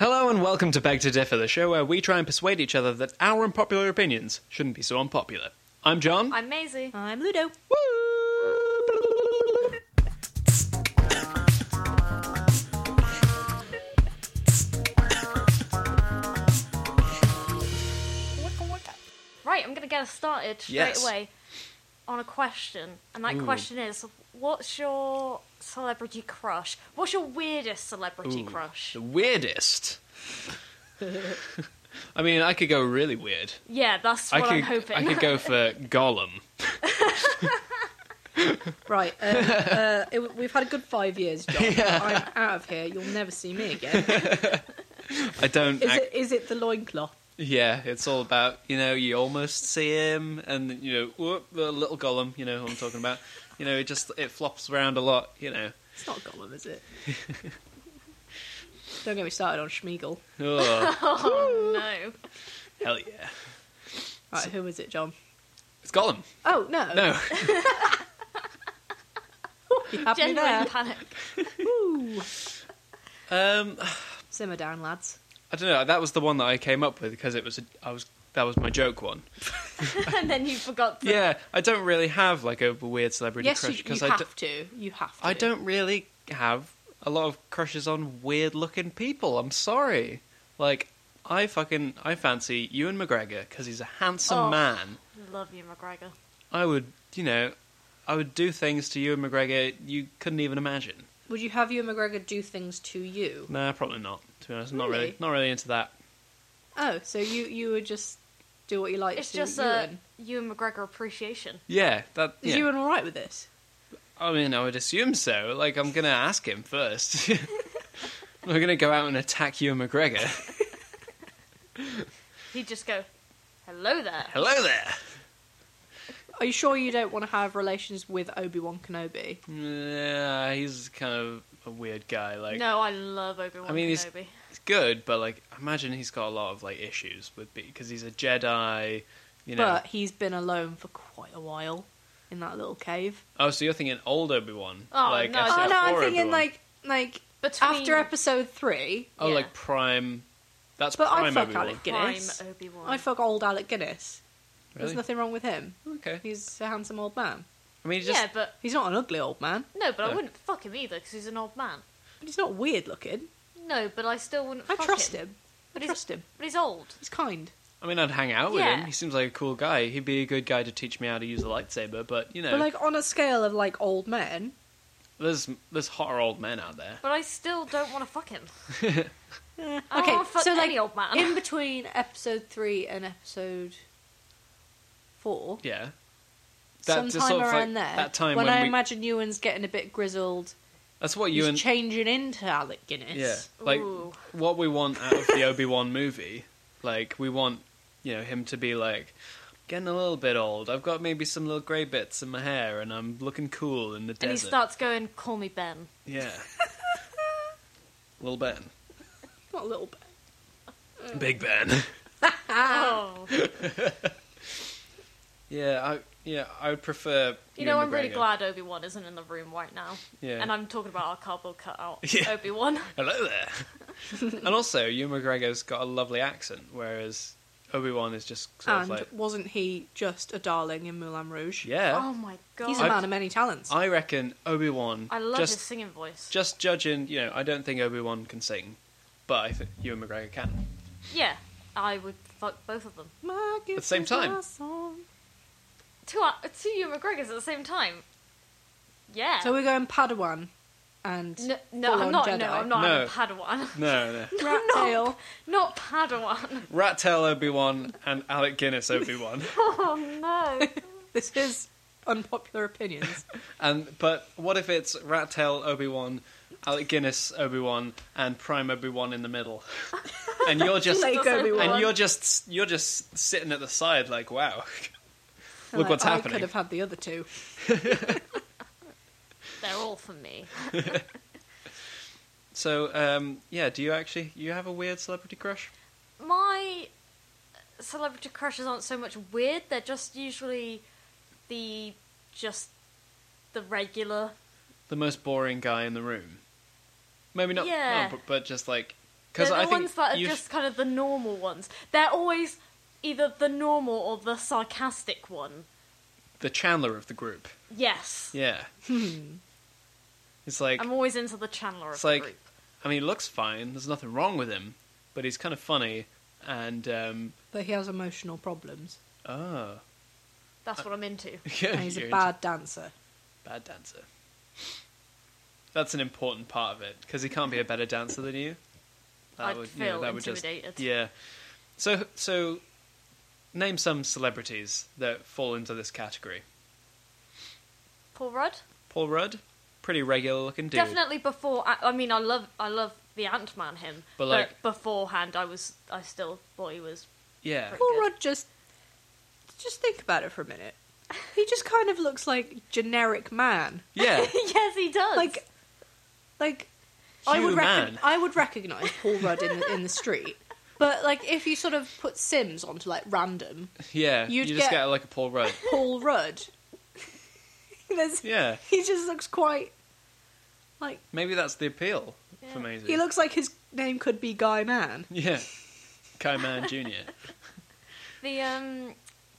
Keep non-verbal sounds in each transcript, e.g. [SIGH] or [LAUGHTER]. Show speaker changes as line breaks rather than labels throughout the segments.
and welcome to Beg to Differ, the show where we try and persuade each other that our unpopular opinions shouldn't be so unpopular. I'm John.
I'm Maisie.
I'm Ludo.
Right, I'm going to get us started straight
Yes.
away on a question. And that
Ooh.
question is what's your celebrity crush? What's your weirdest celebrity
Ooh,
crush?
The weirdest. [LAUGHS] I mean, I could go really weird.
Yeah, that's
I
what
could,
I'm hoping.
I could go for Gollum.
Right, uh,
[LAUGHS]
uh, it, we've had a good five years, John. I'm out of here. You'll never see
[LAUGHS]
me again.
I don't.
Is
ac-
it? Is it the loincloth?
Yeah, it's all about you know you almost see him, and you know whoop, the little Gollum. You know who I'm talking about. You know, it just it flops around a lot. You
[LAUGHS]
know.
It's not Gollum,
[LAUGHS]
is it? Don't get me started on Schmeagol.
Oh,
[LAUGHS] Oh, no.
hell yeah!
Right, who is it, John?
It's Gollum.
Oh no,
No,
you have me
Genuine
there.
panic. [LAUGHS]
Woo.
um,
Simmer down, lads.
I don't know. That was the one that I came up with because it was a, I was that was my joke one.
and then you forgot the
Yeah, I don't really have like a weird celebrity
yes,
crush
you, you
I
have
do-
to. You have to.
I don't really have a lot of crushes on weird looking people. I'm sorry. Like I fucking I fancy Ewan McGregor because he's a handsome
Oh.
man.
Love you, McGregor.
I would, you know, I would do things to Ewan McGregor you couldn't even imagine.
Would you have Ewan McGregor do things to you?
Nah, probably not. To be honest, not
Really?
really, not really into that.
Oh, so you you would just do what you like
It's
to
just uh, a
Ewan?
you and McGregor appreciation.
Yeah, that.
Is
yeah.
Ewan all right with this?
I mean, I would assume so. Like, I'm gonna ask him first. [LAUGHS] I'm not gonna go out and attack Ewan McGregor.
He'd just go, hello there.
Hello there.
Are you sure you don't want to have relations with Obi Wan Kenobi?
Yeah, he's kind of a weird guy. Like,
no, I love Obi Wan
I mean, he's-
Kenobi.
he's good, but like, I imagine he's got a lot of like issues with because he's a Jedi. You know.
But he's been alone for quite a while in that little cave.
oh, so you're thinking old Obi Wan?
Oh,
like,
no.
episode
oh no, I'm
four
thinking
Obi-Wan.
like like
Between
after episode three.
Oh,
Yeah.
like prime. That's
But I'd
prime
fuck
Obi-Wan.
Alec
Prime
Guinness.
Obi Wan.
I fuck old Alec Guinness.
Really?
There's nothing wrong with him.
Okay.
He's a handsome old man.
I mean, he just
yeah, but
He's not an ugly old man,
No, but
No.
I wouldn't fuck him either because he's an old man.
but he's not weird looking.
No, but I still wouldn't.
I
fuck
trust him.
But
I
he's-
trust him.
But he's old.
He's kind.
I mean, I'd hang out with
Yeah.
him. He seems like a cool guy. He'd be a good guy to teach me how to use a lightsaber. But you know,
But like on a scale of like old men,
there's there's hotter old men out there.
But I still don't want to fuck
[LAUGHS]
him.
eh,
I don't wanna fuck
so like
any old man. [LAUGHS]
[LAUGHS] in between episode three and episode four,
Yeah.
sometime
just sort of, like,
around there,
That time
when,
when,
I
we,
imagine Ewan's getting a bit grizzled,
that's what
he's
you and
changing into Alec Guinness.
yeah, like
Ooh.
what we want out of
[LAUGHS]
the Obi Wan movie. Like we want you know him to be like getting a little bit old. I've got maybe some little grey bits in my hair, and I'm looking cool in the
and
desert.
he starts going, "Call me Ben."
yeah.
[LAUGHS]
Little Ben,
Not a little bit.
Mm.
Big Ben. [LAUGHS]
Oh, you
Yeah, I yeah, I would prefer.
know,
Ewan
I'm really
McGregor.
glad Obi Wan isn't in the room right now.
Yeah.
And I'm talking about our cardboard cutout,
[LAUGHS] Yeah.
Obi Wan.
Hello there. [LAUGHS] and also, Ewan McGregor's got a lovely accent, whereas Obi Wan is just sort
And
of like.
wasn't he just a darling in Moulin Rouge?
Yeah,
Oh my god.
He's a
I-
man of many talents.
I reckon Obi Wan.
I love his
just
singing voice.
just judging, you know, I don't think Obi Wan can sing, but I think Ewan McGregor can.
yeah, I would fuck both of them.
My gift
the same
is my
time.
song.
Two, uh, two Ewan McGregors at the same time. Yeah.
So we're going Padawan and
no, [LAUGHS] no, I'm
full-on
not.
Jedi.
No, I'm not.
No.
having Padawan. [LAUGHS]
No, [LAUGHS] no.
Rat
No.
tail.
Not Padawan.
[LAUGHS]
Rat Tail Obi Wan and Alec Guinness Obi
[LAUGHS]
Wan,
Oh [LAUGHS] no.
This is
[LAUGHS]
unpopular opinions.
and but what if it's Rat Tail Obi Wan, Alec Guinness Obi Wan, and Prime Obi Wan in the middle,
[LAUGHS]
and you're just
Like
Doesn't
Obi-Wan.
and you're just you're just sitting at the side like wow look
Like,
what's
I could
happening
have had the other two.
They're all for me.
so um, yeah do you actually you have a weird celebrity crush
My celebrity crushes aren't so much weird, they're just usually the just the regular.
the most boring guy in the room maybe not
Yeah.
no, but, but just like
They're
Because
the
I think
ones that are
you-
just kind of the normal ones. They're always either the normal or the sarcastic one.
the Chandler of the group.
Yes.
Yeah.
Hmm.
it's like
I'm always into the Chandler of
It's
the
like-
group.
I mean, he looks fine. There's nothing wrong with him, but he's kind of funny. And um,
But he has emotional
[LAUGHS]
problems.
oh, uh,
That's what I'm into.
yeah,
And he's
you're
a
into-
bad dancer.
bad dancer. That's an important part of it because he can't be a better dancer than you.
I'd
you know,
feel
that would just-
intimidated.
yeah. So so, name some celebrities that fall into this category.
Paul Rudd?
Paul Rudd, pretty regular looking dude.
Definitely before. I, I mean, I love I love the Ant Man him,
But,
but,
like-
beforehand, I was I still thought he was.
Yeah.
Paul
good.
Rudd just just think about it for a minute. He just kind of looks like generic man.
Yeah.
[LAUGHS] yes, he does.
Like like I would
Human.
recog I would recognize Paul Rudd in the, in the street. But like if you sort of put Sims onto like random
[LAUGHS]
Yeah.
You'd
you just
get-
get like a Paul Rudd.
Paul Rudd, [LAUGHS] there's
Yeah.
he just looks quite like
Maybe that's the appeal
Yeah.
for Maisie.
he looks like his name could be Guy Man.
Yeah. Kai Man Jr.
the um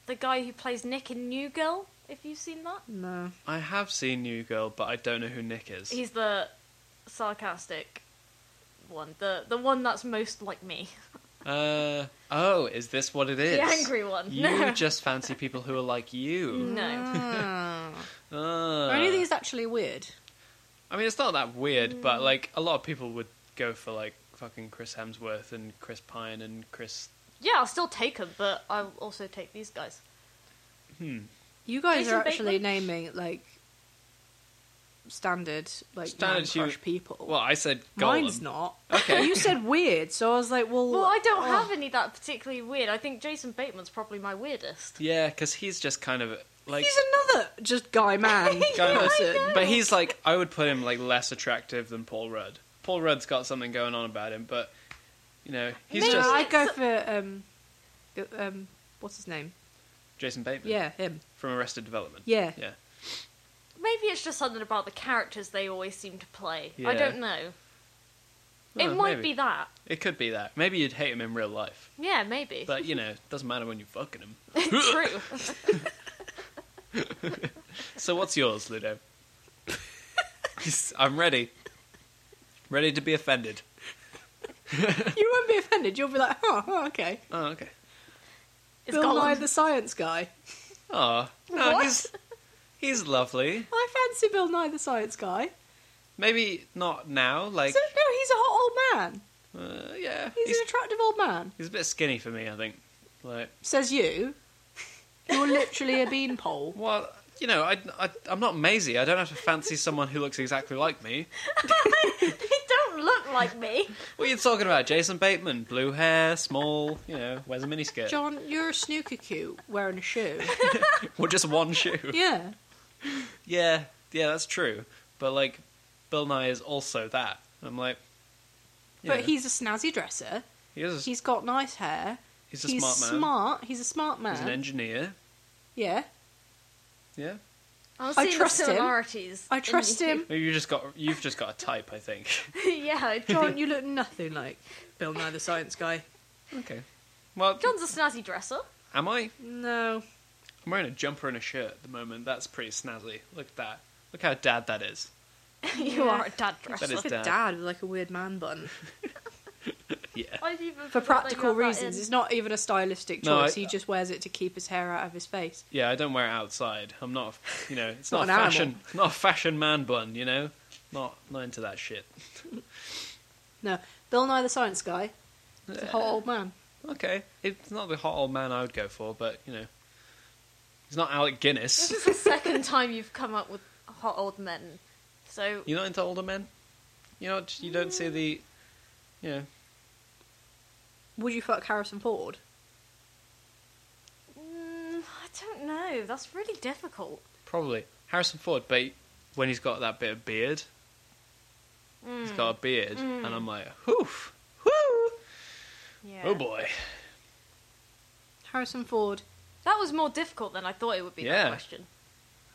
the guy who plays Nick in New Girl. If you've seen
[LAUGHS]
that,
No.
I have seen New Girl, but I don't know who Nick is.
he's the sarcastic one, the the one that's most like me,
Uh, oh, is [LAUGHS] this what it is?
the angry one. [LAUGHS]
[LAUGHS]
You just fancy people who are like you.
no.
Uh.
Mm.
Ah.
Are any of these actually weird?
I mean, it's not that
Mm.
weird, but like a lot of people would go for like fucking Chris Hemsworth and Chris Pine and Chris.
Yeah, I'll still take him, but I'll also take these guys.
You guys
Jason
are actually
Bateman?
naming like standard like
Standard
standard crush
human-
people.
Well, I said Golem.
Mine's not.
Okay.
You said weird, so I was like, well,
Well, I don't
oh.
have any that particularly weird. I think Jason Bateman's probably my weirdest.
Yeah, because he's just kind of like.
He's another just [LAUGHS] guy man.
Guy Man.
person.
But he's like, I would put him like less attractive than Paul Rudd. Paul Rudd's got something going on about him, but you know, he's
Maybe-
just
I go for um, g- um, what's his name?
Jason Bateman
Yeah, him.
from Arrested Development.
Yeah.
Yeah.
Maybe it's just something about the characters they always seem to play.
Yeah.
I don't know. it
Oh,
might
maybe.
be that.
It could be that. Maybe you'd hate him in real life,
Yeah, maybe.
but you know, it doesn't matter when you're fucking him.
[LAUGHS]
[LAUGHS]
True.
So what's yours, Ludo? I'm ready. Ready to be offended.
[LAUGHS] You won't be offended. You'll be like, oh, oh, okay.
Oh, okay.
It's
Bill Nye
Gollum.
the Science Guy.
Oh,
What?
he's, he's lovely.
I fancy Bill Nye the Science Guy.
Maybe not now. Like,
So, no, he's a hot old man.
uh, yeah,
He's,
he's,
an attractive old man.
he's a bit skinny for me. I think. Like,
Says you. [LAUGHS] You're literally a beanpole.
well, you know, I, I I'm not Maisie. I don't have to fancy someone who looks exactly like me.
[LAUGHS] they don't look like me.
What are you talking about? Jason Bateman, blue hair, small. You know, wears a miniskirt.
John, you're a snooker cute wearing
[LAUGHS]
a shoe.
Or just one shoe.
Yeah.
Yeah, yeah, that's true. But like, Bill Nye is also that. And I'm like, you
But
know,
he's a snazzy dresser.
he is a, he's,
He's got nice hair.
a smart man.
smart. He's a smart man.
He's an engineer.
yeah.
Yeah,
I'm
I
seeing the
trust him.
similarities.
I
in
trust
you.
him.
Maybe you just got you've just got a type, I think.
[LAUGHS]
[LAUGHS]
yeah, I tr- [LAUGHS]
John, you look nothing like Bill Nye the Science Guy.
okay. Well,
John's a snazzy dresser. [LAUGHS]
am I?
No.
I'm wearing a jumper and a shirt at the moment. That's pretty snazzy. Look at that. Look how dad that is.
you
Yeah.
are a dad dresser.
That is
Like a
dad.
dad with like a weird man bun.
Yeah.
[LAUGHS] I've even
For
forgot that you
practical
had that
reasons,
in.
it's not even a stylistic choice.
No, I-
he just wears it to keep his hair out of his face.
Yeah, I don't wear it outside. I'm not, a- you know, it's
[LAUGHS] Not
not,
an
a fashion, not a fashion man bun, you know? Not not into that shit.
No, Bill Nye the Science Guy. He's a hot old man.
Okay. It's not the hot old man I would go for, but, you know, he's not Alec
This
Guinness.
[LAUGHS]
is [LAUGHS] the second time you've come up with hot old men. So
You're not into older men? You know, you don't see the, you know,
Would you fuck Harrison Ford?
mm, I don't know. That's really difficult.
Probably Harrison Ford, but when he's got that bit of beard, he's
Mm,
got a
Mm.
beard, and I'm like, whew, whoo,
Yeah.
oh boy,
Harrison Ford.
That was more difficult than I thought it would be.
Yeah.
That question.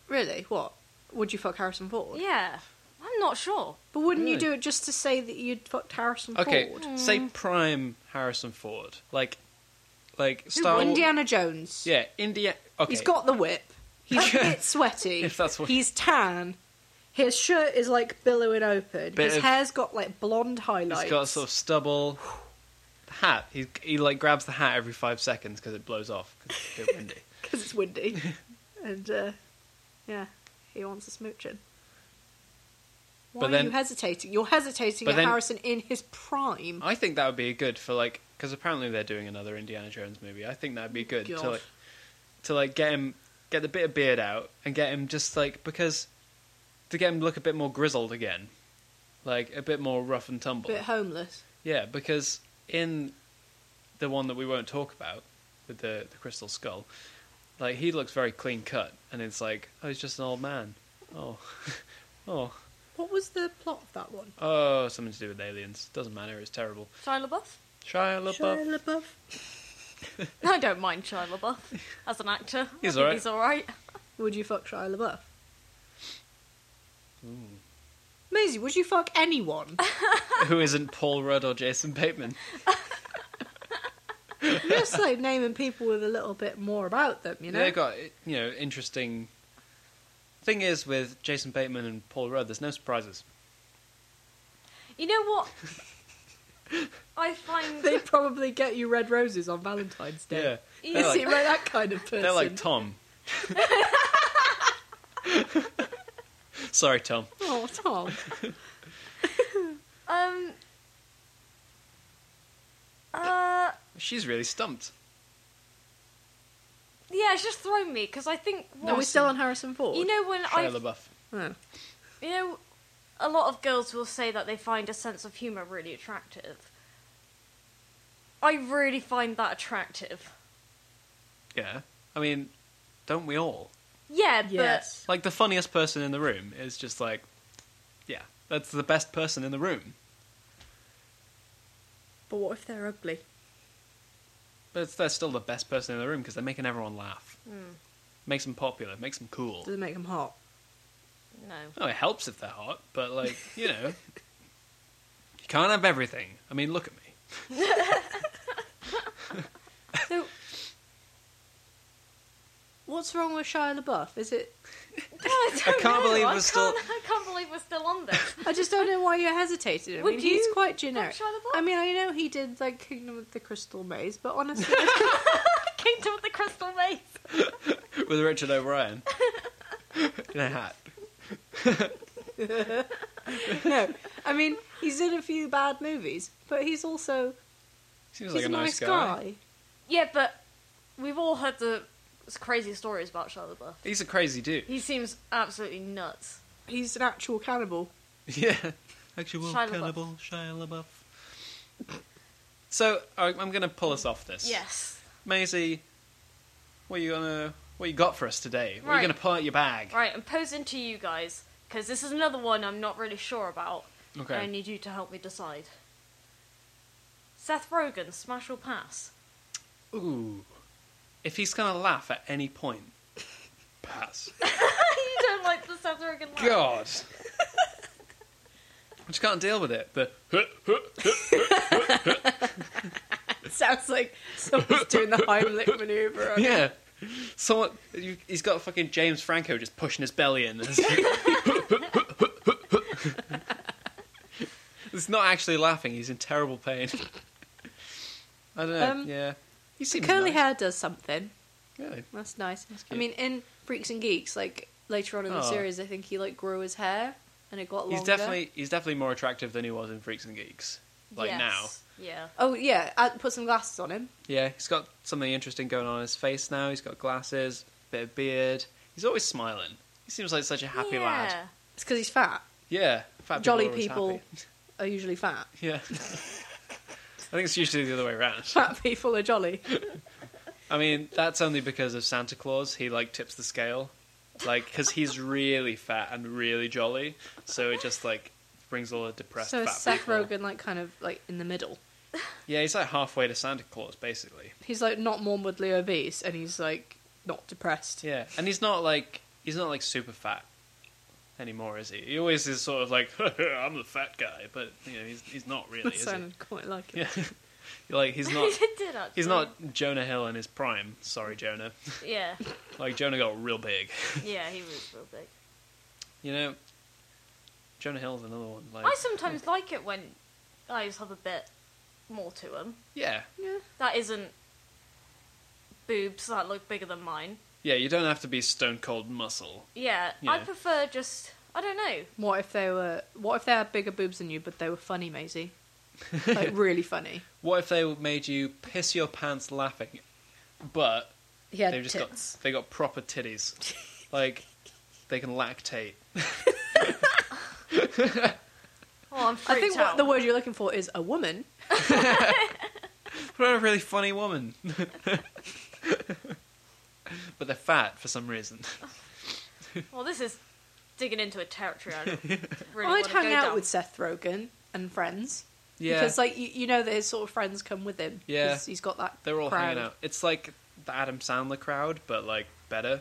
Really? What? Would you fuck Harrison Ford?
Yeah. I'm not sure.
But wouldn't you
Really?
do it just to say that you'd fucked Harrison
Okay,
Ford?
say prime Harrison Ford, like, like Star Wars.
Indiana Jones.
Yeah, India. Okay,
He's got the whip. He's a
[LAUGHS]
bit sweaty.
If that's what-
He's tan. His shirt is like billowing open.
Bit
His
of-
hair's got like blonde highlights.
he's got sort
[LAUGHS]
of stubble. The hat. He he like grabs the hat every five seconds because it blows off 'cause it's a bit windy.
because
[LAUGHS]
it's windy, and uh, yeah, he wants a smooching. Why
But
are you
then-
hesitating? You're hesitating
But
at
then- Oh.
Harrison in his prime.
I think that would be good for like because apparently they're doing another Indiana Jones movie. I think that'd be good
God.
to like to like get him get the bit of beard out and get him just like because to get him to look a bit more grizzled again, like a bit more rough and tumble.
bit homeless.
Yeah, because in the one that we won't talk about with the the crystal skull, like he looks very clean cut, and it's like oh he's just an old man. Oh, [LAUGHS] oh,
What was the plot of that one?
oh, something to do with aliens. Doesn't matter. It's terrible.
Shia LaBeouf? [LAUGHS]
Shia LaBeouf.
Shia LaBeouf.
I don't mind Shia LaBeouf as an actor. I
He's
think
alright.
He's all right.
Would you fuck Shia LaBeouf?
Hmm.
Maisie, would you fuck anyone?
who isn't Paul Rudd or Jason Bateman.
I'm just like naming people with a little bit more about them, you know. [LAUGHS]
They've got you know interesting. Thing is, with Jason Bateman and Paul Rudd, there's no surprises.
You know
[LAUGHS]
what? I find
They probably get you red roses on Valentine's Day.
Yeah,
You
they're
You seem
like,
like that kind of person.
they're like Tom.
[LAUGHS]
Sorry, Tom.
oh, Tom.
um uh
She's really stumped.
yeah, it's just thrown me because I think
Are we
what-
still on Harrison Ford?
you know when I
Shia LaBeouf.
Oh.
you know a lot of girls will say that they find a sense of humor really attractive. I really find that attractive.
Yeah, I mean, don't we all?
Yeah,
Yes.
Like the funniest person in the room is just like, yeah, that's the best person in the room.
But what if they're ugly?
But it's, they're still the best person in the room because they're making everyone laugh.
Hmm.
Makes them popular. Makes them cool.
Does it make them
[LAUGHS]
hot?
but no.
Oh,
[LAUGHS]
it helps if they're hot, but like you know, [LAUGHS] you can't have everything. I mean, look at me. [LAUGHS]
So, what's wrong with Shia LaBeouf? Is it?
I, don't
can't
know.
believe
I
we're still-
can't- I can't believe we're still on
[LAUGHS]
this.
I just don't know why you're hesitating. I
Would
mean, he's
you
quite generic.
Shia LaBeouf?
I mean, I know he did like Kingdom of the Crystal Maze, but honestly,
[LAUGHS] Kingdom of the Crystal Maze.
With Richard
[LAUGHS]
O'Brien in a hat. [LAUGHS]
no. I mean, he's in a few bad movies, but he's also
Seems
he's
like
a nice guy.
Yeah, but we've all heard the crazy stories about Shia LaBeouf.
He's a crazy dude.
[LAUGHS]
[LAUGHS]
He seems absolutely nuts.
He's an actual cannibal. [LAUGHS]
Yeah, actual
Shia LaBeouf.
cannibal Shia LaBeouf. So I- I'm going to pull us off this.
Yes.
Maisie, what you gonna? What you got for us today? What
Right.
you gonna pull out your bag?
Right, I'm posing to you guys because this is another one I'm not really sure about.
Okay.
And I need you to help me decide. Seth Rogen, smash or pass? [LAUGHS]
Ooh, if he's gonna laugh at any point, [LAUGHS] pass.
you don't like the Seth Rogen laugh.
God. I just can't deal with it. The
Sounds like someone's doing
[LAUGHS]
the Heimlich maneuver. On
yeah, someone you, he's got fucking James Franco just pushing his belly in. [LAUGHS] It's not actually laughing. He's in terrible pain. I don't know.
Um,
yeah, he seems
Curly
nice.
hair does something.
Really?
That's nice. I
cute.
mean, in Freaks and Geeks, like later on in the
Oh.
series, I think he like grew his hair and it got longer.
He's definitely he's definitely more attractive than he was in Freaks and Geeks. Like
Yes.
now,
Yeah.
Oh yeah, I put some glasses on him.
yeah, he's got something interesting going on in his face now. He's got glasses, bit of beard. He's always smiling. He seems like such a happy
yeah.
lad.
[LAUGHS]
It's because he's fat.
Yeah, fat
Jolly
people. are always
people are usually fat. [LAUGHS]
happy. [LAUGHS] Yeah. I think it's usually the other way around.
Fat people are jolly.
I mean, that's only because of Santa Claus. He like tips the scale, like because he's really fat and really jolly. So it just like brings all the depressed.
so
fat
is Seth
people.
Rogen like kind of like in the middle.
Yeah, he's like halfway to Santa Claus basically.
He's like not morbidly obese [LAUGHS] and he's like not depressed.
Yeah, and he's not like he's not like super fat. anymore, is he? He always is sort of like, [LAUGHS] I'm the fat guy, but you know he's he's not really,
That
is he?
sounded quite like it.
[LAUGHS] Yeah, You're like he's
[LAUGHS]
not
It did actually.
he's not Jonah Hill in his prime. Sorry, Jonah. [LAUGHS]
Yeah,
Like Jonah got real big.
yeah, he was real big.
You know, Jonah Hill's another one. Like,
I sometimes like it when guys have a bit more to them.
yeah,
Yeah.
That isn't boobs that look bigger than mine.
yeah. You don't have to be stone cold muscle.
Yeah, I
Yeah.
prefer just I don't know.
What if they were? What if they had bigger boobs than you, but they were funny,
[LAUGHS]
Maisie? Like really funny.
What if they made you piss your pants laughing, but
He had
they've just
tits.
got they got proper titties,
[LAUGHS]
like they can lactate.
Oh, I'm
I
freaked
think
out.
what the word you're looking for is a woman.
What a really funny woman. [LAUGHS] but they're fat for some
[LAUGHS]
reason.
Well, this is digging into a territory
[LAUGHS]
I don't really
I'd
want to
hang
go
out
down.
with Seth Rogen and friends.
Yeah,
Because like you, you know that his sort of friends come with him.
Yeah.
'cause He's got that.
they're all
crowd.
hanging out. It's like the Adam Sandler crowd, but like better.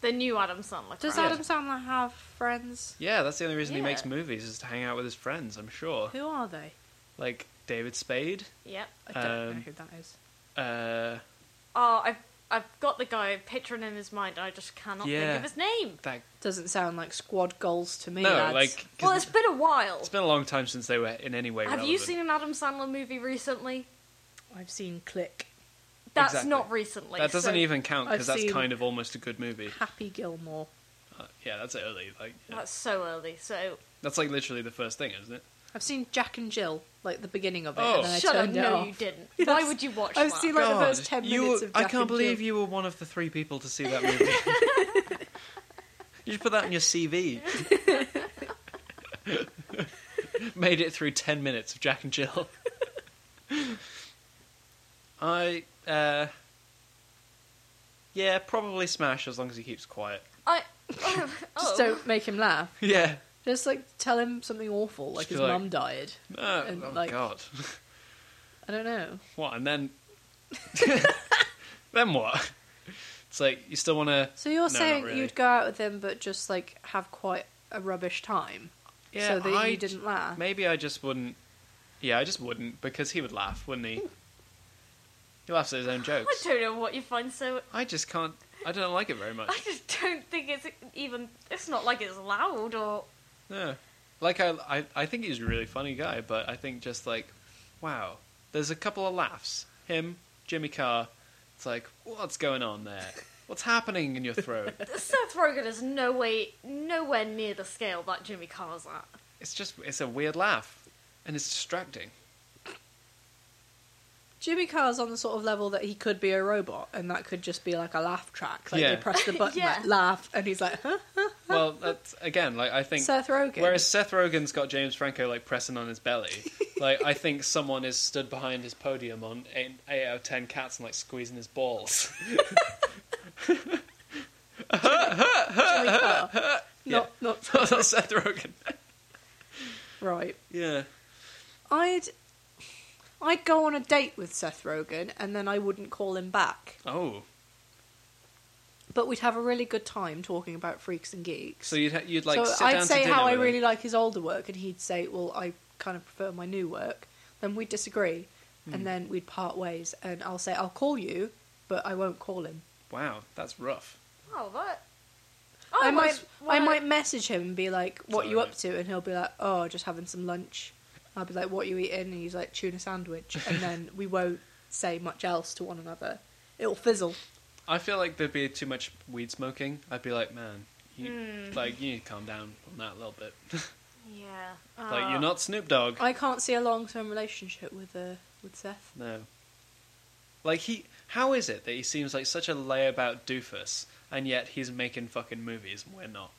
the new Adam Sandler.
Does
crowd.
Adam Sandler have friends?
Yeah, that's the only reason he
Yeah.
makes movies is to hang out with his friends. I'm sure,
Who are they?
like David Spade.
Yep.
I don't know
Um,
who that is.
Uh,
Oh, I've I've got the guy picturing in his mind. I just cannot
Yeah.
think of his name.
that
Doesn't sound like squad goals to me.
no,
lads.
like 'cause
Well, it's been a while.
it's been a long time since they were in any way.
Have you seen an Adam Sandler movie recently?
I've seen Click,
That's
Exactly.
not recently.
That doesn't
so-
even count
I've
because that's
seen-
kind of almost a good movie.
Happy Gilmore.
Uh, yeah, that's early. Like yeah.
That's so early. So
that's like literally the first thing, isn't it?
I've seen Jack and Jill, like the beginning of it,
Oh.
and then I
shut up.
turned it
No,
off.
you
[LAUGHS]
didn't.
Yes.
Why would you watch
I've
that?
seen like the first ten
you-
minutes of
I
Jack
can't
and
believe
Jill.
you were one of the three people to see that movie.
[LAUGHS]
you should put that on your CV. Made it through ten minutes of Jack and Jill. I uh yeah, probably smash as long as he keeps
[LAUGHS]
quiet.
I. [LAUGHS]
Just
oh.
don't make him laugh.
Yeah.
Just like tell him something awful,
Just
like
be
his
like-
mum died.
Oh,
And,
oh
like-
God.
I don't know.
[LAUGHS] What? And then. [LAUGHS] then
[LAUGHS]
what? It's like, you still want to.
So you're
No, not
saying
really.
you'd go out with him, but just like have quite a rubbish time, so that you didn't laugh.
Maybe I just wouldn't. Yeah, I just wouldn't, because he would laugh, wouldn't he? He laughs at his own
I
jokes.
don't know what you find so.
I just can't. I don't like it very much.
I just don't think it's even. It's not like it's loud or.
No. Like, I, I, I think he's a really funny guy, but I think just like, wow. There's a couple of laughs. Him, Jimmy Carr. It's like, what's going on there?
[LAUGHS]
What's happening in your throat?
Seth Rogen is no way, nowhere near the scale that Jimmy Carr's at.
It's just, it's a weird laugh, and it's distracting.
Jimmy Carr's on the sort of level that he could be a robot, and that could just be like a laugh track. Like
Yeah.
they press the button,
Yeah.
like, laugh, and he's like, huh?
well, that's again like I think.
Seth Rogen.
Whereas Seth Rogen's got James Franco like pressing on his
[LAUGHS]
belly, like I think someone is stood behind his podium on eight, eight out of ten cats and like squeezing his balls. [LAUGHS] [LAUGHS]
Jimmy Carr. not,
Yeah.
not [LAUGHS]
That's not Seth Rogen.
right.
Yeah,
I'd, I'd go on a date with Seth Rogen, and then I wouldn't call him back.
Oh,
But we'd have a really good time talking about freaks and geeks.
so you'd ha- you'd like
so
sit
I'd
down
say
to dinner
how I
with him.
really like his older work, and he'd say, "Well, I kind of prefer my new work." Then we'd disagree,
Hmm.
and then we'd part ways. And I'll say, "I'll call you," but I won't call him.
Wow, that's rough.
Oh, that.
I, might, I
Oh, wanna-
might message him and be like, "What
Sorry,
you up
mate.
to?" And he'll be like, "Oh, just having some lunch." I'll be like, "What you eating?" And he's like, "Tuna sandwich."
[LAUGHS]
And then we won't say much else to one another. It'll fizzle.
I feel like there'd be too much weed smoking. I'd be like, man, you
Hmm.
like you need to calm down on that a little bit. [LAUGHS]
Yeah.
like
uh,
you're not Snoop Dogg.
Ah. I can't see a long-term relationship with uh, with Seth.
No. Like he, how is it that he seems like such a layabout doofus, and yet he's making fucking movies and we're not?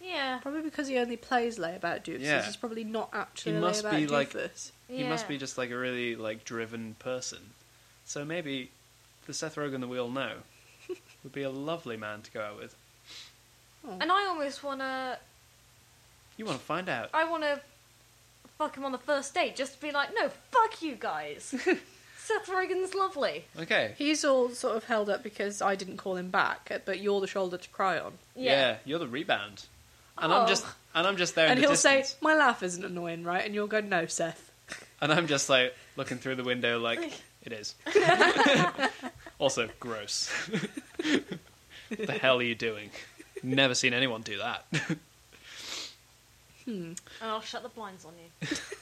Yeah.
Probably because he only plays layabout doofus.
Yeah.
He's probably not actually
He
a
must
layabout
be, like-
doofus.
He must
yeah.
be just like a really like driven person. So maybe the Seth Rogen that we all
[LAUGHS]
know would be a lovely man to go out with.
And I almost wanna.
You want to find out?
I wanna. Fuck him on the first date, just to be like, no, fuck you
[LAUGHS]
guys. Seth Rogen's lovely.
Okay.
He's all sort of held up because I didn't call him back, but you're the shoulder to cry on.
Yeah. you're the rebound. and
Oh.
I'm just and I'm just there. In
and
the
he'll
distance.
say, "My laugh isn't annoying, right?" And you'll go, "No, Seth."
and I'm just like looking through the window,
[LAUGHS]
like it is. [LAUGHS] also, gross. the hell are you doing? Never seen anyone do that. [LAUGHS]
And I'll shut the blinds on you.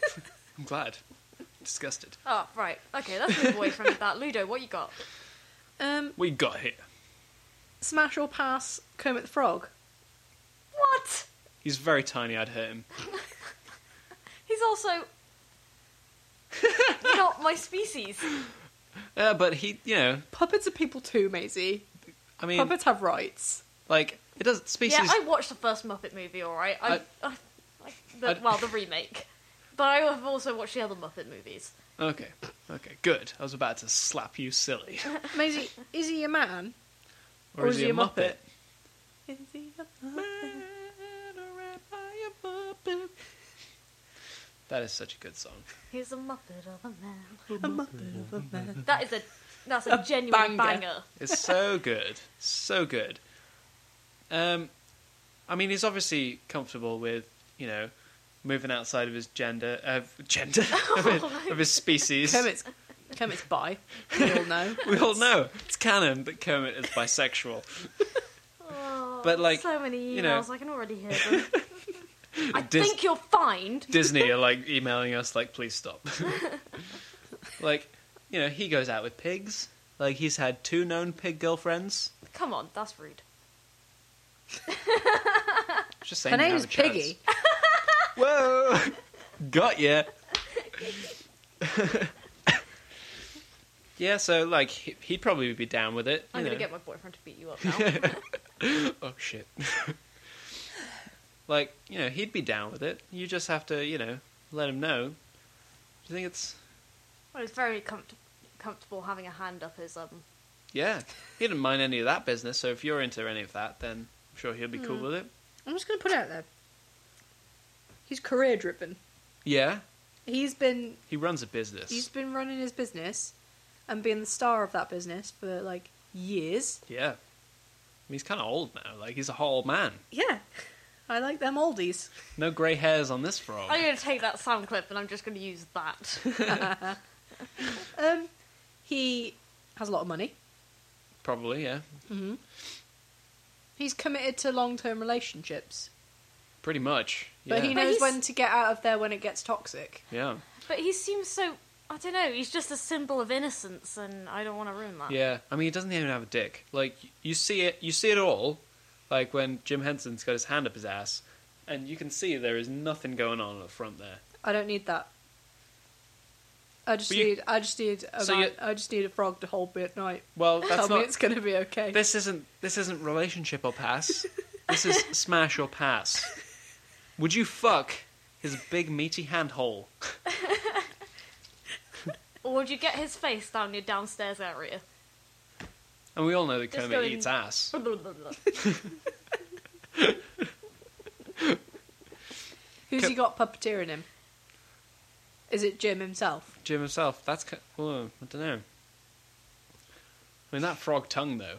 [LAUGHS]
I'm glad. Disgusted.
Oh, right. Okay, let's move away from that. Ludo, what you
[LAUGHS]
got?
Um,
We got here.
smash or pass, Kermit the Frog.
What?
He's very tiny. I'd hurt him.
He's
[LAUGHS]
also not my species.
Uh, but he, you know,
Puppets are people too, Maisie.
I mean,
Puppets have rights.
like it does. Species.
Yeah, I watched the first Muppet movie, alright? I, I, I, the,
I-
well, the remake. But I have also watched the other Muppet movies.
Okay. Okay. Good. I was about to slap you [LAUGHS] silly.
Maisie, is he a man?
Or, is, he a muppet?
Is he a
[LAUGHS] That is such a good song.
He's a Muppet of a man.
a muppet of a man?
That is a that's a,
A
genuine
banger.
banger.
It's [LAUGHS] so good, so good. Um, I mean, he's obviously comfortable with you know moving outside of his gender, uh, [LAUGHS] gender of, his, of his species.
Kermit's Kermit's bi. We all
[LAUGHS]
know.
We all know it's canon that Kermit is bisexual.
Oh,
But, like,
so many emails,
you know-
I can already hear
[LAUGHS]
them. I
Dis-
think you'll find.
Disney are like emailing us like, please stop. [LAUGHS] like, you know, he goes out with pigs. Like he's had two known pig girlfriends.
Come on, that's rude.
Just saying.
Her
you
name
have
is
a chance.
Piggy.
Whoa, got ya. [LAUGHS] yeah, so like he- he'd probably be down with it.
I'm
you
gonna
know.
get my boyfriend to beat you
[LAUGHS]
up now.
Oh shit. [LAUGHS] like you know he'd be down with it. You just have to you know let him know. Do you think it's
I was very comfort- comfortable having a hand up his um.
yeah? He didn't mind any of that business. So if you're into any of that, then I'm sure he'll be cool
Hmm.
with it.
I'm just going to put it out there. He's career driven.
Yeah,
He's been
he runs a business.
he's been running his business and being the star of that business for like years.
Yeah, I mean, he's kind of old now. Like he's a whole old man.
Yeah. I like them oldies.
No grey hairs on this frog.
Oh,
I'm gonna take that sound clip and I'm just gonna use that.
Um he has a lot of money.
Probably yeah, Mm-hmm.
He's committed to long-term relationships,
pretty much. Yeah.
but he
But
knows
he's-
when to get out of there when it gets toxic.
Yeah.
But he seems so. I don't know. He's just a symbol of innocence, and I don't want to ruin that.
Yeah. I mean, he doesn't even have a dick. Like you see it, you see it all. Like when Jim Henson's got his hand up his ass, and you can see there is nothing going on at the front there.
I don't need that. I just
But you-
need I just need a
So
man,
you-
I just need a frog to hold me at night.
Well, that's
Tell me
not.
it's going to be okay.
This isn't. This isn't relationship or pass. this
[LAUGHS]
is smash or pass. Would you fuck his big meaty handhole?
Or would you get his face down your
[LAUGHS]
downstairs area?
And we all know that
Just
Kermit
going-
eats ass.
Oh.
Blah, blah, blah, blah.
Who's
Ca-
he got puppeteering him? Is it Jim himself?
Jim himself. That's. ki- Whoa, I don't know. I mean, that frog tongue though.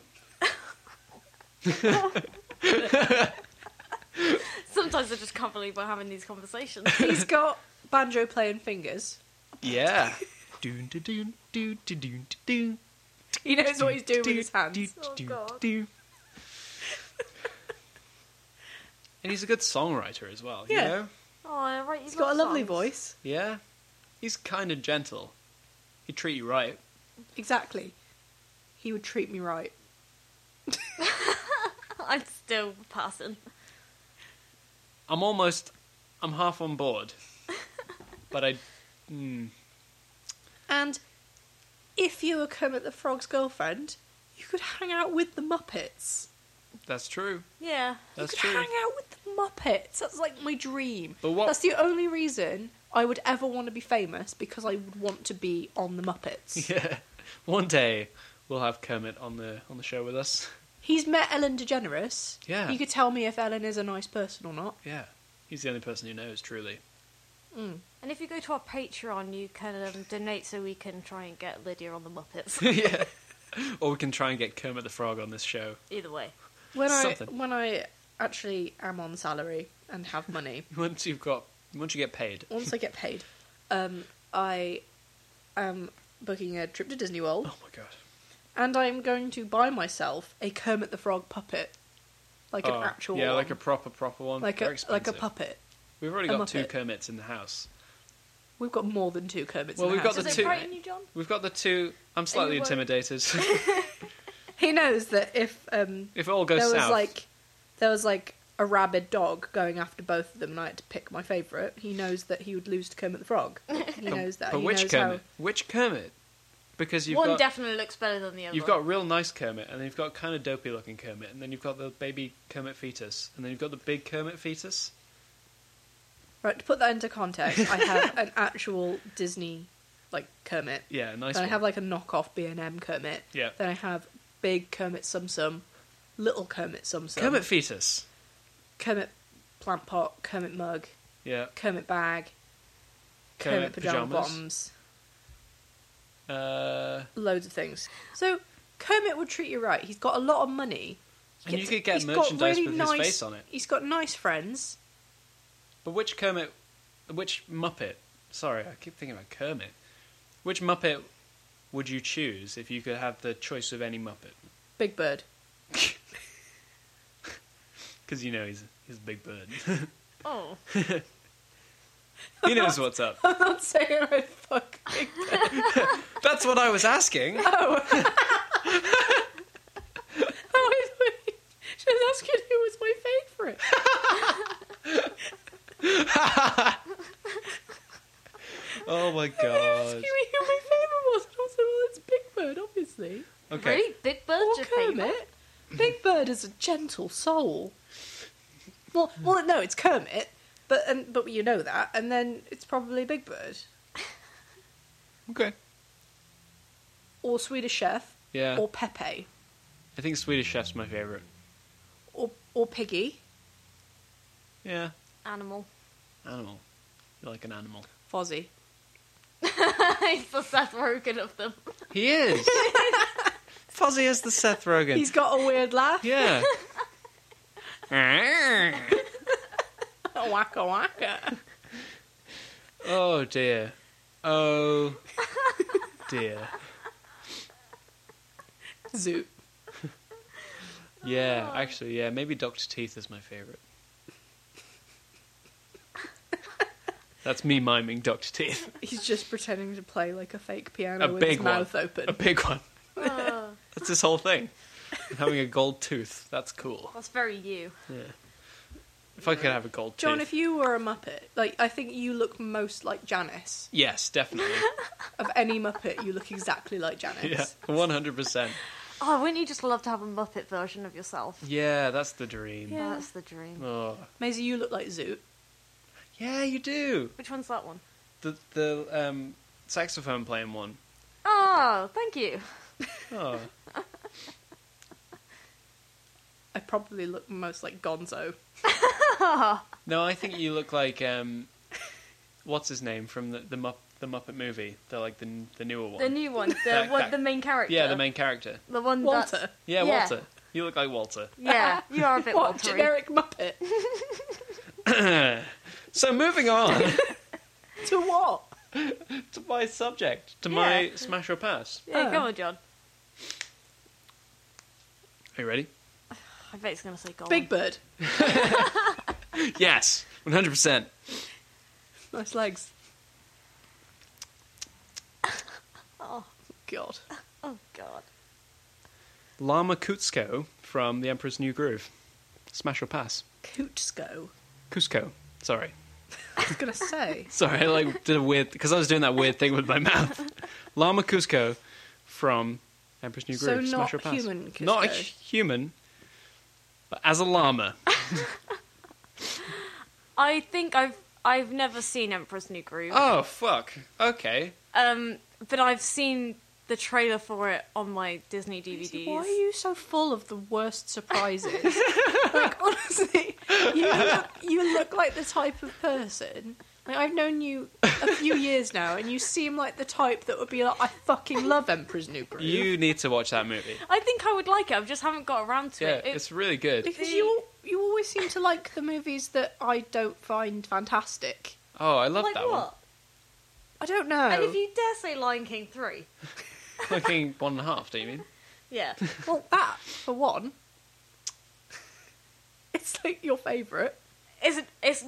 Sometimes I just can't believe we're having these
[LAUGHS]
conversations.
He's got banjo playing fingers.
Yeah.
[LAUGHS]
Doon to doon doo to doon to doon.
He knows what he's doing with his
Doo,
hands. Oh,
doo, doo,
God.
doo. And he's a good songwriter as well. You
Yeah.
know?
Oh, right.
He's got a lovely voice.
Yeah. He's kind and gentle. He'd treat you right.
Exactly. He would treat me right.
[LAUGHS] I'm still passing.
I'm almost. I'm half on
[LAUGHS]
board. but I. Mm,
And if you were Kermit the Frog's girlfriend, you could hang out with the Muppets.
that's true.
Yeah.
That's
you could
true.
hang out with the Muppets. That's like my dream.
But what-
That's the only reason I would ever want to be famous because I would want to be on the Muppets.
[LAUGHS] Yeah. One day we'll have Kermit on the on the show with us.
He's met Ellen DeGeneres.
Yeah.
You could tell me if Ellen is a nice person or not.
Yeah. He's the only person who knows, truly. [LAUGHS]
And if you go to our Patreon, you can um, donate so we can try and get Lydia on
[LAUGHS]
the Muppets.
yeah. Or we can try and get Kermit the Frog on this show.
Either way.
When
Something.
I when I actually am on salary and have money,
[LAUGHS] Once you've got, once you get paid.
once I get paid, um, I am booking a trip to Disney World
Oh my god.
and I'm going to buy myself a Kermit the Frog puppet, like
Oh,
an actual
Yeah,
one.
like a proper, proper one.
like
They're
a like a
expensive.
puppet.
We've already
a
got two
Muppet.
Kermits in the house.
We've got more than two Kermits.
Well,
in the
we've got
house,
the
Does
isn't
it
two-
there?
frighten you, John?
We've got the two. I'm slightly
you won't-
[LAUGHS]
intimidated. [LAUGHS]
He knows that if um,
if it all
there
goes
was
south,
like there was like a rabid dog going after both of them, and I had to pick my favourite. He knows that he would lose to Kermit the Frog. He
[LAUGHS] But-
knows that.
Um, But
he
which
knows
Kermit? Which Kermit? Because you've
One
got
definitely looks better than the other.
you've got real nice Kermit, and then you've got kind of dopey looking Kermit, and then you've got the baby Kermit fetus, and then you've got the big Kermit fetus.
How... Right to put that into context, I
[LAUGHS]
have an actual Disney like Kermit.
Yeah, a nice.
then
one.
I have like a knockoff B and M Kermit.
Yeah.
Then I have big Kermit Sum Sum, little Kermit Sum Sum,
Kermit fetus.
Kermit plant pot, Kermit mug,
Yeah,
Kermit bag, Kermit,
Kermit
pajama
pajamas.
bottoms,
uh,
loads of things. So Kermit would treat you right. He's got a lot of money.
and
He
you
gets-
could get
he's got
merchandise
really
with
nice,
his face on it.
He's got nice friends.
But which Kermit? Which Muppet? Sorry, I keep thinking about Kermit. Which Muppet would you choose if you could have the choice of any Muppet?
Big Bird. [LAUGHS]
Because you know he's he's a big bird. [LAUGHS]
Oh,
he knows what's up.
I'm not saying I fuck Big Bird. [LAUGHS]
That's what I was asking.
Oh, I thought you- [LAUGHS] she was asking who was my favourite.
Oh [LAUGHS] my
Asking
god.
me who my favourite was, and I was like, well, it's Big Bird, obviously.
Okay.
really? Big Bird's
Or
your favourite?
Kermit. Big Bird is a gentle soul. Well, well, no, it's Kermit, but and but you know that, and then it's probably Big Bird
Okay.
or Swedish Chef
Yeah.
or Pepe
I think Swedish Chef's my favorite.
or or Piggy.
Yeah.
Animal. [LAUGHS]
Animal. You're like an animal.
Fozzie.
He's the Seth Rogen of
[LAUGHS]
them.
He is. Fuzzy is the Seth Rogen.
He's got a weird
[LAUGHS]
laugh.
Yeah.
[LAUGHS]
[LAUGHS]
waka waka.
oh dear. [LAUGHS] Oh dear.
Zoot.
Yeah, actually, yeah. Maybe Doctor Teeth is my favorite. That's me miming Doctor Teeth.
He's just pretending to play like a fake piano
A
with
big
his mouth
one.
open.
A big one.
Oh,
That's this whole thing. Having a gold tooth. That's cool.
that's very you.
Yeah. If I could have a gold
John,
tooth.
if you were a Muppet, like I think you look most like Janice.
Yes, definitely.
[LAUGHS]
Of any Muppet, you look exactly like Janice.
yeah, one hundred percent.
Oh, wouldn't you just love to have a Muppet version of yourself?
Yeah, that's the dream.
Yeah.
That's the dream.
Oh.
Maisie, you look like Zoot.
yeah, you do.
Which one's that one?
The the um, saxophone playing one.
Oh, thank you.
Oh,
I probably look most like Gonzo.
no, I think you look like um, what's his name from the the, Mupp- the Muppet movie? They're like the n- the newer one.
The new one, the
That-
one,
that-
the main character.
yeah, the main character.
the one that's-
Walter.
Yeah,
Yeah.
Walter. You look like Walter. [CLEARS THROAT]
[LAUGHS] Yeah, you are a bit
What
Waltery.
generic Muppet?
So moving
[LAUGHS]
on
[LAUGHS] to what?
to my subject, to
Yeah.
my smash or pass.
Yeah,
Oh.
come on, John.
Are you ready?
I bet he's gonna say gold.
Big Bird.
Yes, one hundred percent.
Nice [LAUGHS] legs.
Oh,
God.
oh God.
Lama Kutsko from The Emperor's New Groove. Smash or pass?
Kootsko.
Cusco. Sorry. [LAUGHS]
I was gonna say.
Sorry, I like did a weird because I was doing that weird thing with my mouth. [LAUGHS] Lama Cusco from Emperor's New
So
Groove. Smash
not
or pass?
human Cusco.
Not a hu- human, but as a
[LAUGHS]
llama.
I think I've I've never seen Emperor's New Groove.
oh fuck. Okay.
Um, but I've seen the trailer for it on my Disney DVDs.
Why are you so full of the worst [LAUGHS] surprises? like honestly, you look, you look like the type of person. Like I've known you a few years now, and you seem like the type that would be like, I fucking love Emperor's New Groove.
You need to watch that movie.
I think I would like it. I just haven't got around to
Yeah,
it. It-
it's really good.
because
the-
you you always seem to like the movies that I don't find fantastic.
Oh, I love
like
that
what?
one.
I don't know.
And if you dare say Lion King 3.
Fucking one and a half, do you mean?
Yeah.
well, that for one, [LAUGHS] it's like your favourite.
Isn't it's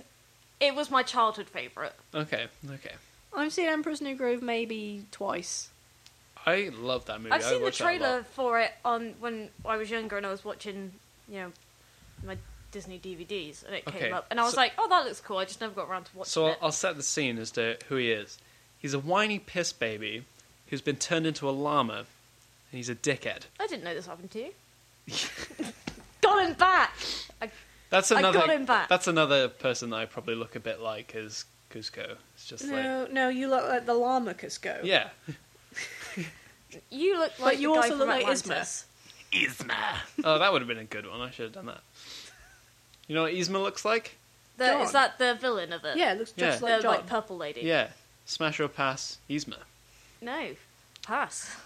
it was my childhood favourite.
Okay, okay.
I've seen Emperor's New Groove maybe twice.
I love that movie.
I've
I
seen the
watch that a lot.
trailer for it on when I was younger and I was watching, you know, my Disney DVDs and it
Okay,
came up and I was
so-
like, oh, that looks cool. I just never got around to watching
So I'll,
it.
I'll set the scene as to who he is. He's a whiny piss baby who's been turned into a llama, and he's a dickhead.
I didn't know this happened
[LAUGHS]
to you. got him back. I,
That's
I got
another.
him back.
That's another person that I probably look a bit like as Cusco. It's just like
no, you look like the llama Cusco.
yeah,
you look like
you
the guy
also look
from
like
Atlantis.
Isma.
Isma. oh, that would have been a good one. I should have done that. You know what Isma looks like?
The, is
John.
that the villain of it?
Yeah, it looks just
Yeah.
the
like John.
like purple lady.
Yeah, smash or pass, Isma.
No, pass.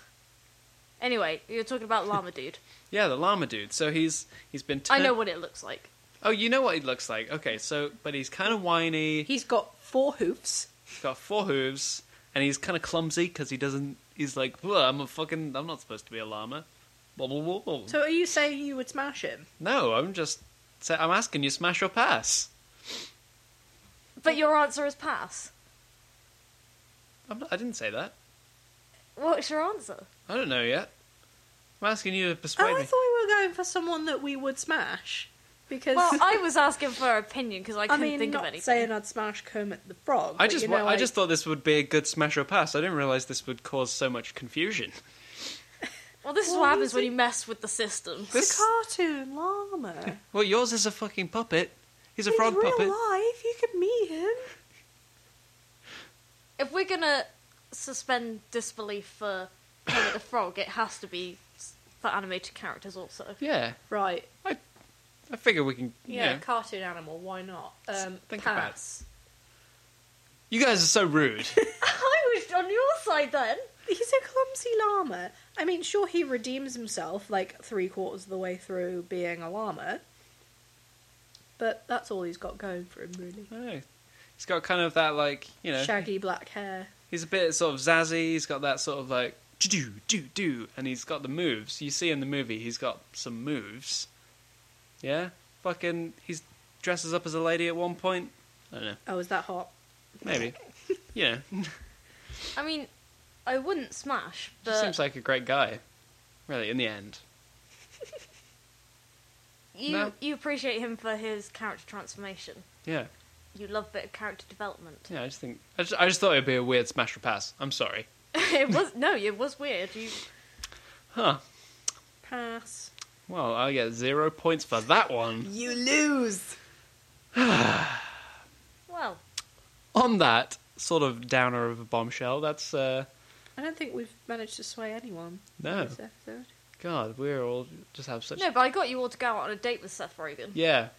Anyway, you were talking about llama
[LAUGHS]
dude.
Yeah, the llama dude. So he's he's been.
I
Turned...
know what it looks like.
Oh, you know what he looks like. Okay, so but he's kind of whiny.
He's got four hoofs.
He's got four hooves, and he's kind of clumsy because he doesn't. He's like, "Well, I'm a fucking. I'm not supposed to be a llama. Blah, blah, blah, blah.
So are you saying you would smash him?
no, I'm just. sa- I'm asking you, smash or pass.
But your answer is pass.
I'm not, I didn't say that.
What's your answer?
I don't know yet. I'm asking you to
Oh,
persuade
I
me.
thought we were going for someone that we would smash. Because
Well,
[LAUGHS]
I was asking for her opinion because I
I
couldn't
mean,
think
not
of anything.
saying I'd smash Kermit the Frog.
I
but,
just,
you
wa-
know,
I just thought this would be a good smash or pass. I didn't realize this would cause so much confusion. [LAUGHS]
well, this is
Well,
what happens
is
when
it-
you mess with the system.
It's a cartoon llama.
[LAUGHS] Well, yours is a fucking puppet. He's a
In
frog
real
puppet.
life, you could meet him.
If we're gonna suspend disbelief for Kermit the Frog, it has to be s- for animated characters also.
Yeah,
Right.
I figure we can.
Yeah,
Yeah,
cartoon animal. Why not? Um,
think about it.
pass.
you guys are so
[LAUGHS]
rude.
I was on your side then.
He's a clumsy llama. I mean, sure, he redeems himself like three quarters of the way through being a llama. But that's all he's got going for him, really.
I know. He's got kind of that like you know.
Shaggy black hair.
He's a bit sort of zazzy. He's got that sort of like do do do, and he's got the moves. You see in the movie, he's got some moves. Yeah, fucking, he dresses up as a lady at one point. I don't know,
Oh, is that hot?
[LAUGHS]
maybe. yeah,
I mean, I wouldn't smash, but
seems like a great guy. Really, in the end,
you
No.
you appreciate him for his character transformation.
yeah,
You love a bit of character development. [LAUGHS]
yeah. I just think I just, I just thought it'd be a weird smash or pass. I'm sorry,
it was no, it was weird. You
huh?
Pass.
Well, I get zero points for that one.
You lose.
well,
On that sort of downer of a bombshell, that's uh
I don't think we've managed to sway anyone
no.
this episode.
God, we're all just have such
no, but I got you all to go out on a date with Seth Rogen.
yeah.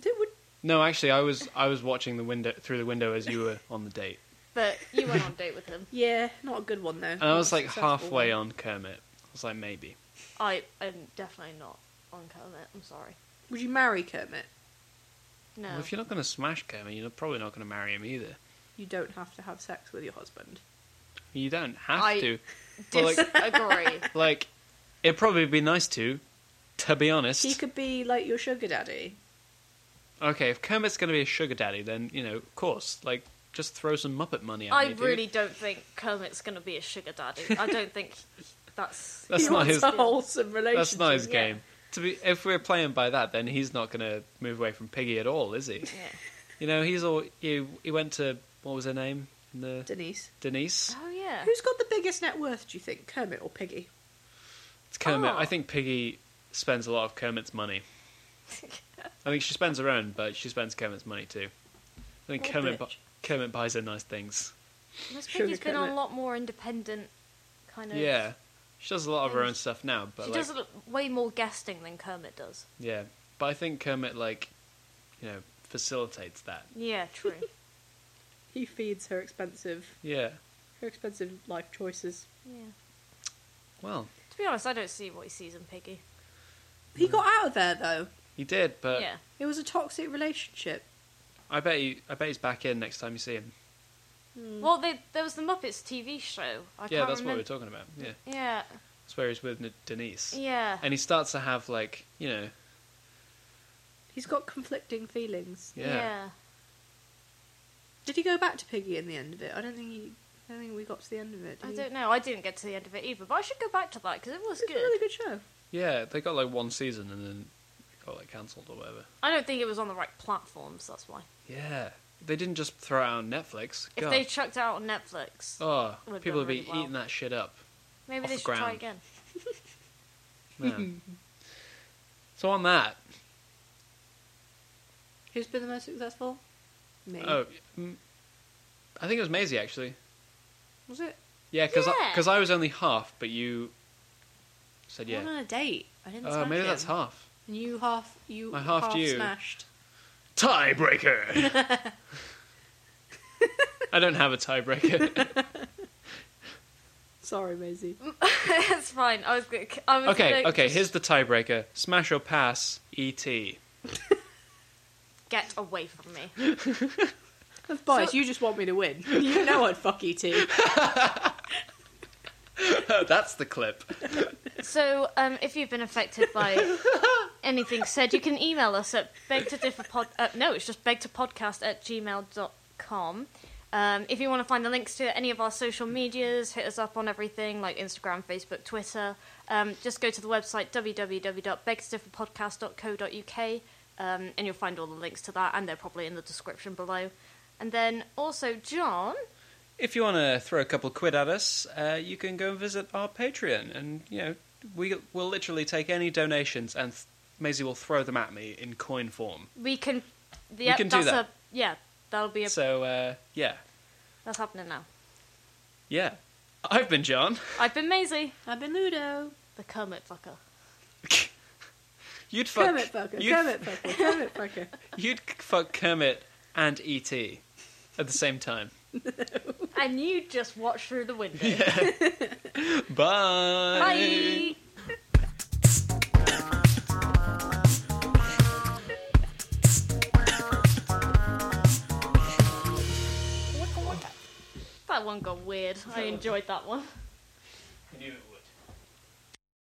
Did, would,
No, actually, I was I was watching the window through the window as you were on the date,
But you went on a date with him.
[LAUGHS]
yeah, not a good one though.
and I was like halfway on Kermit. I was like, maybe.
I am definitely not on Kermit. I'm sorry.
Would you marry Kermit?
No.
Well, if you're not going to smash Kermit, you're probably not going to marry him either.
You don't have to have sex with your husband.
You don't have
I-
to. Well, like- [LAUGHS]
[LAUGHS] Disagree.
Like, it'd probably be nice to. To be honest,
He could be like your sugar daddy.
okay. If Kermit's going to be a sugar daddy, then you know, of course, like, just throw some Muppet money at
I
me. dude.
really don't think Kermit's going to be a sugar daddy. I don't think that's.
[LAUGHS] That's
he
not
wants
his-
a wholesome relationship.
That's not his
yeah.
game. To be, if we're playing by that, then he's not going to move away from Piggy at all, is he?
Yeah.
You know, he's all he, he went to what was her name? The
Denise.
Denise.
Oh
[LAUGHS]
yeah.
Who's got the biggest net worth, do you think? Kermit or Piggy?
It's Kermit.
Oh.
I think Piggy spends a lot of Kermit's money. I think she spends her own, but she spends Kermit's money too. I think
What a
Kermit, bu-
bitch.
Kermit buys her nice things.
Miss
Sugar
Piggy's been on a
Kermit.
lot more independent kind of.
Yeah, she does a lot of her
And
own stuff now, but
She
like,
does a l- way more guesting than Kermit does.
yeah, but I think Kermit like, you know, facilitates that.
Yeah, true.
He feeds her expensive,
Yeah.
her expensive life choices.
[LAUGHS] yeah.
Well,
To be honest, I don't see what he sees in Piggy.
He got out of there though.
He did, but
yeah.
It was a toxic relationship.
I bet he, I bet he's back in next time you see him.
Well, they, there was the Muppets TV show. I
mm. yeah, that's what
can't
we
remember.
were talking about. Yeah,
Yeah,
that's where he's with N- Denise,
yeah.
and he starts to have like you know,
He's got conflicting feelings.
yeah,
yeah.
Did he go back to Piggy in the end of it? I don't think he. I don't think we got to the end of it. did
I
he?
don't know. I didn't get to the end of it either, but I should go back to that because it was
It's a
good.
really good show.
Yeah, They got like one season and then got like cancelled or whatever.
I don't think it was on the right platforms. That's why.
Yeah, they didn't just throw it out on Netflix.
If
God.
they chucked it out on Netflix,
oh,
would've
people
done
would be
really well.
eating that shit
[LAUGHS]
up.
maybe
off
they
the
should
ground.
try again.
Man. so on that,
Who's been the most successful? Me.
oh, mm, I think it was Maisie actually.
Was it?
Yeah, because
Yeah.
because I, was only half, but you said
I
yeah.
went on a date. I didn't.
Oh,
smash
maybe
[LAUGHS]
him.
that's half.
And you half. You
I halved
half
you.
smashed.
Tiebreaker.
[LAUGHS]
I don't have a tiebreaker.
[LAUGHS]
Sorry, Maisie.
it's fine. I was. Gonna, I was
okay,
gonna
okay.
just
Here's the tiebreaker: smash or pass. E E.T.
get away from me.
That's biased. you just want me to [LAUGHS] win. You know I'd fuck ET.
[LAUGHS] that's the clip.
So, um, if you've been affected by anything said, you can email us at beg to differ pod. Uh, no, it's just beg to podcast at gmail.com. Um, if you want to find the links to any of our social medias, hit us up on everything like Instagram, Facebook, Twitter. Um, just go to the website www.begtodifferpodcast.co.uk um, and you'll find all the links to that, and they're probably in the description below. And then also, John,
If you want to throw a couple quid at us, uh, you can go and visit our Patreon, and you know we will literally take any donations, and th- Maisie will throw them at me in coin form.
we can. Yep,
can do
that's
that.
A, yeah, that'll be a.
So uh, yeah,
that's happening now.
yeah. I've been John.
I've been Maisie.
I've been Ludo.
The Kermit fucker.
You'd fuck
Kermit fucker.
You'd, [LAUGHS]
Kermit fucker. Kermit fucker.
You'd c- fuck Kermit and ET at the same time.
and you just watch through the window.
Bye.
Bye. That one got weird. I enjoyed that one.
I knew it would.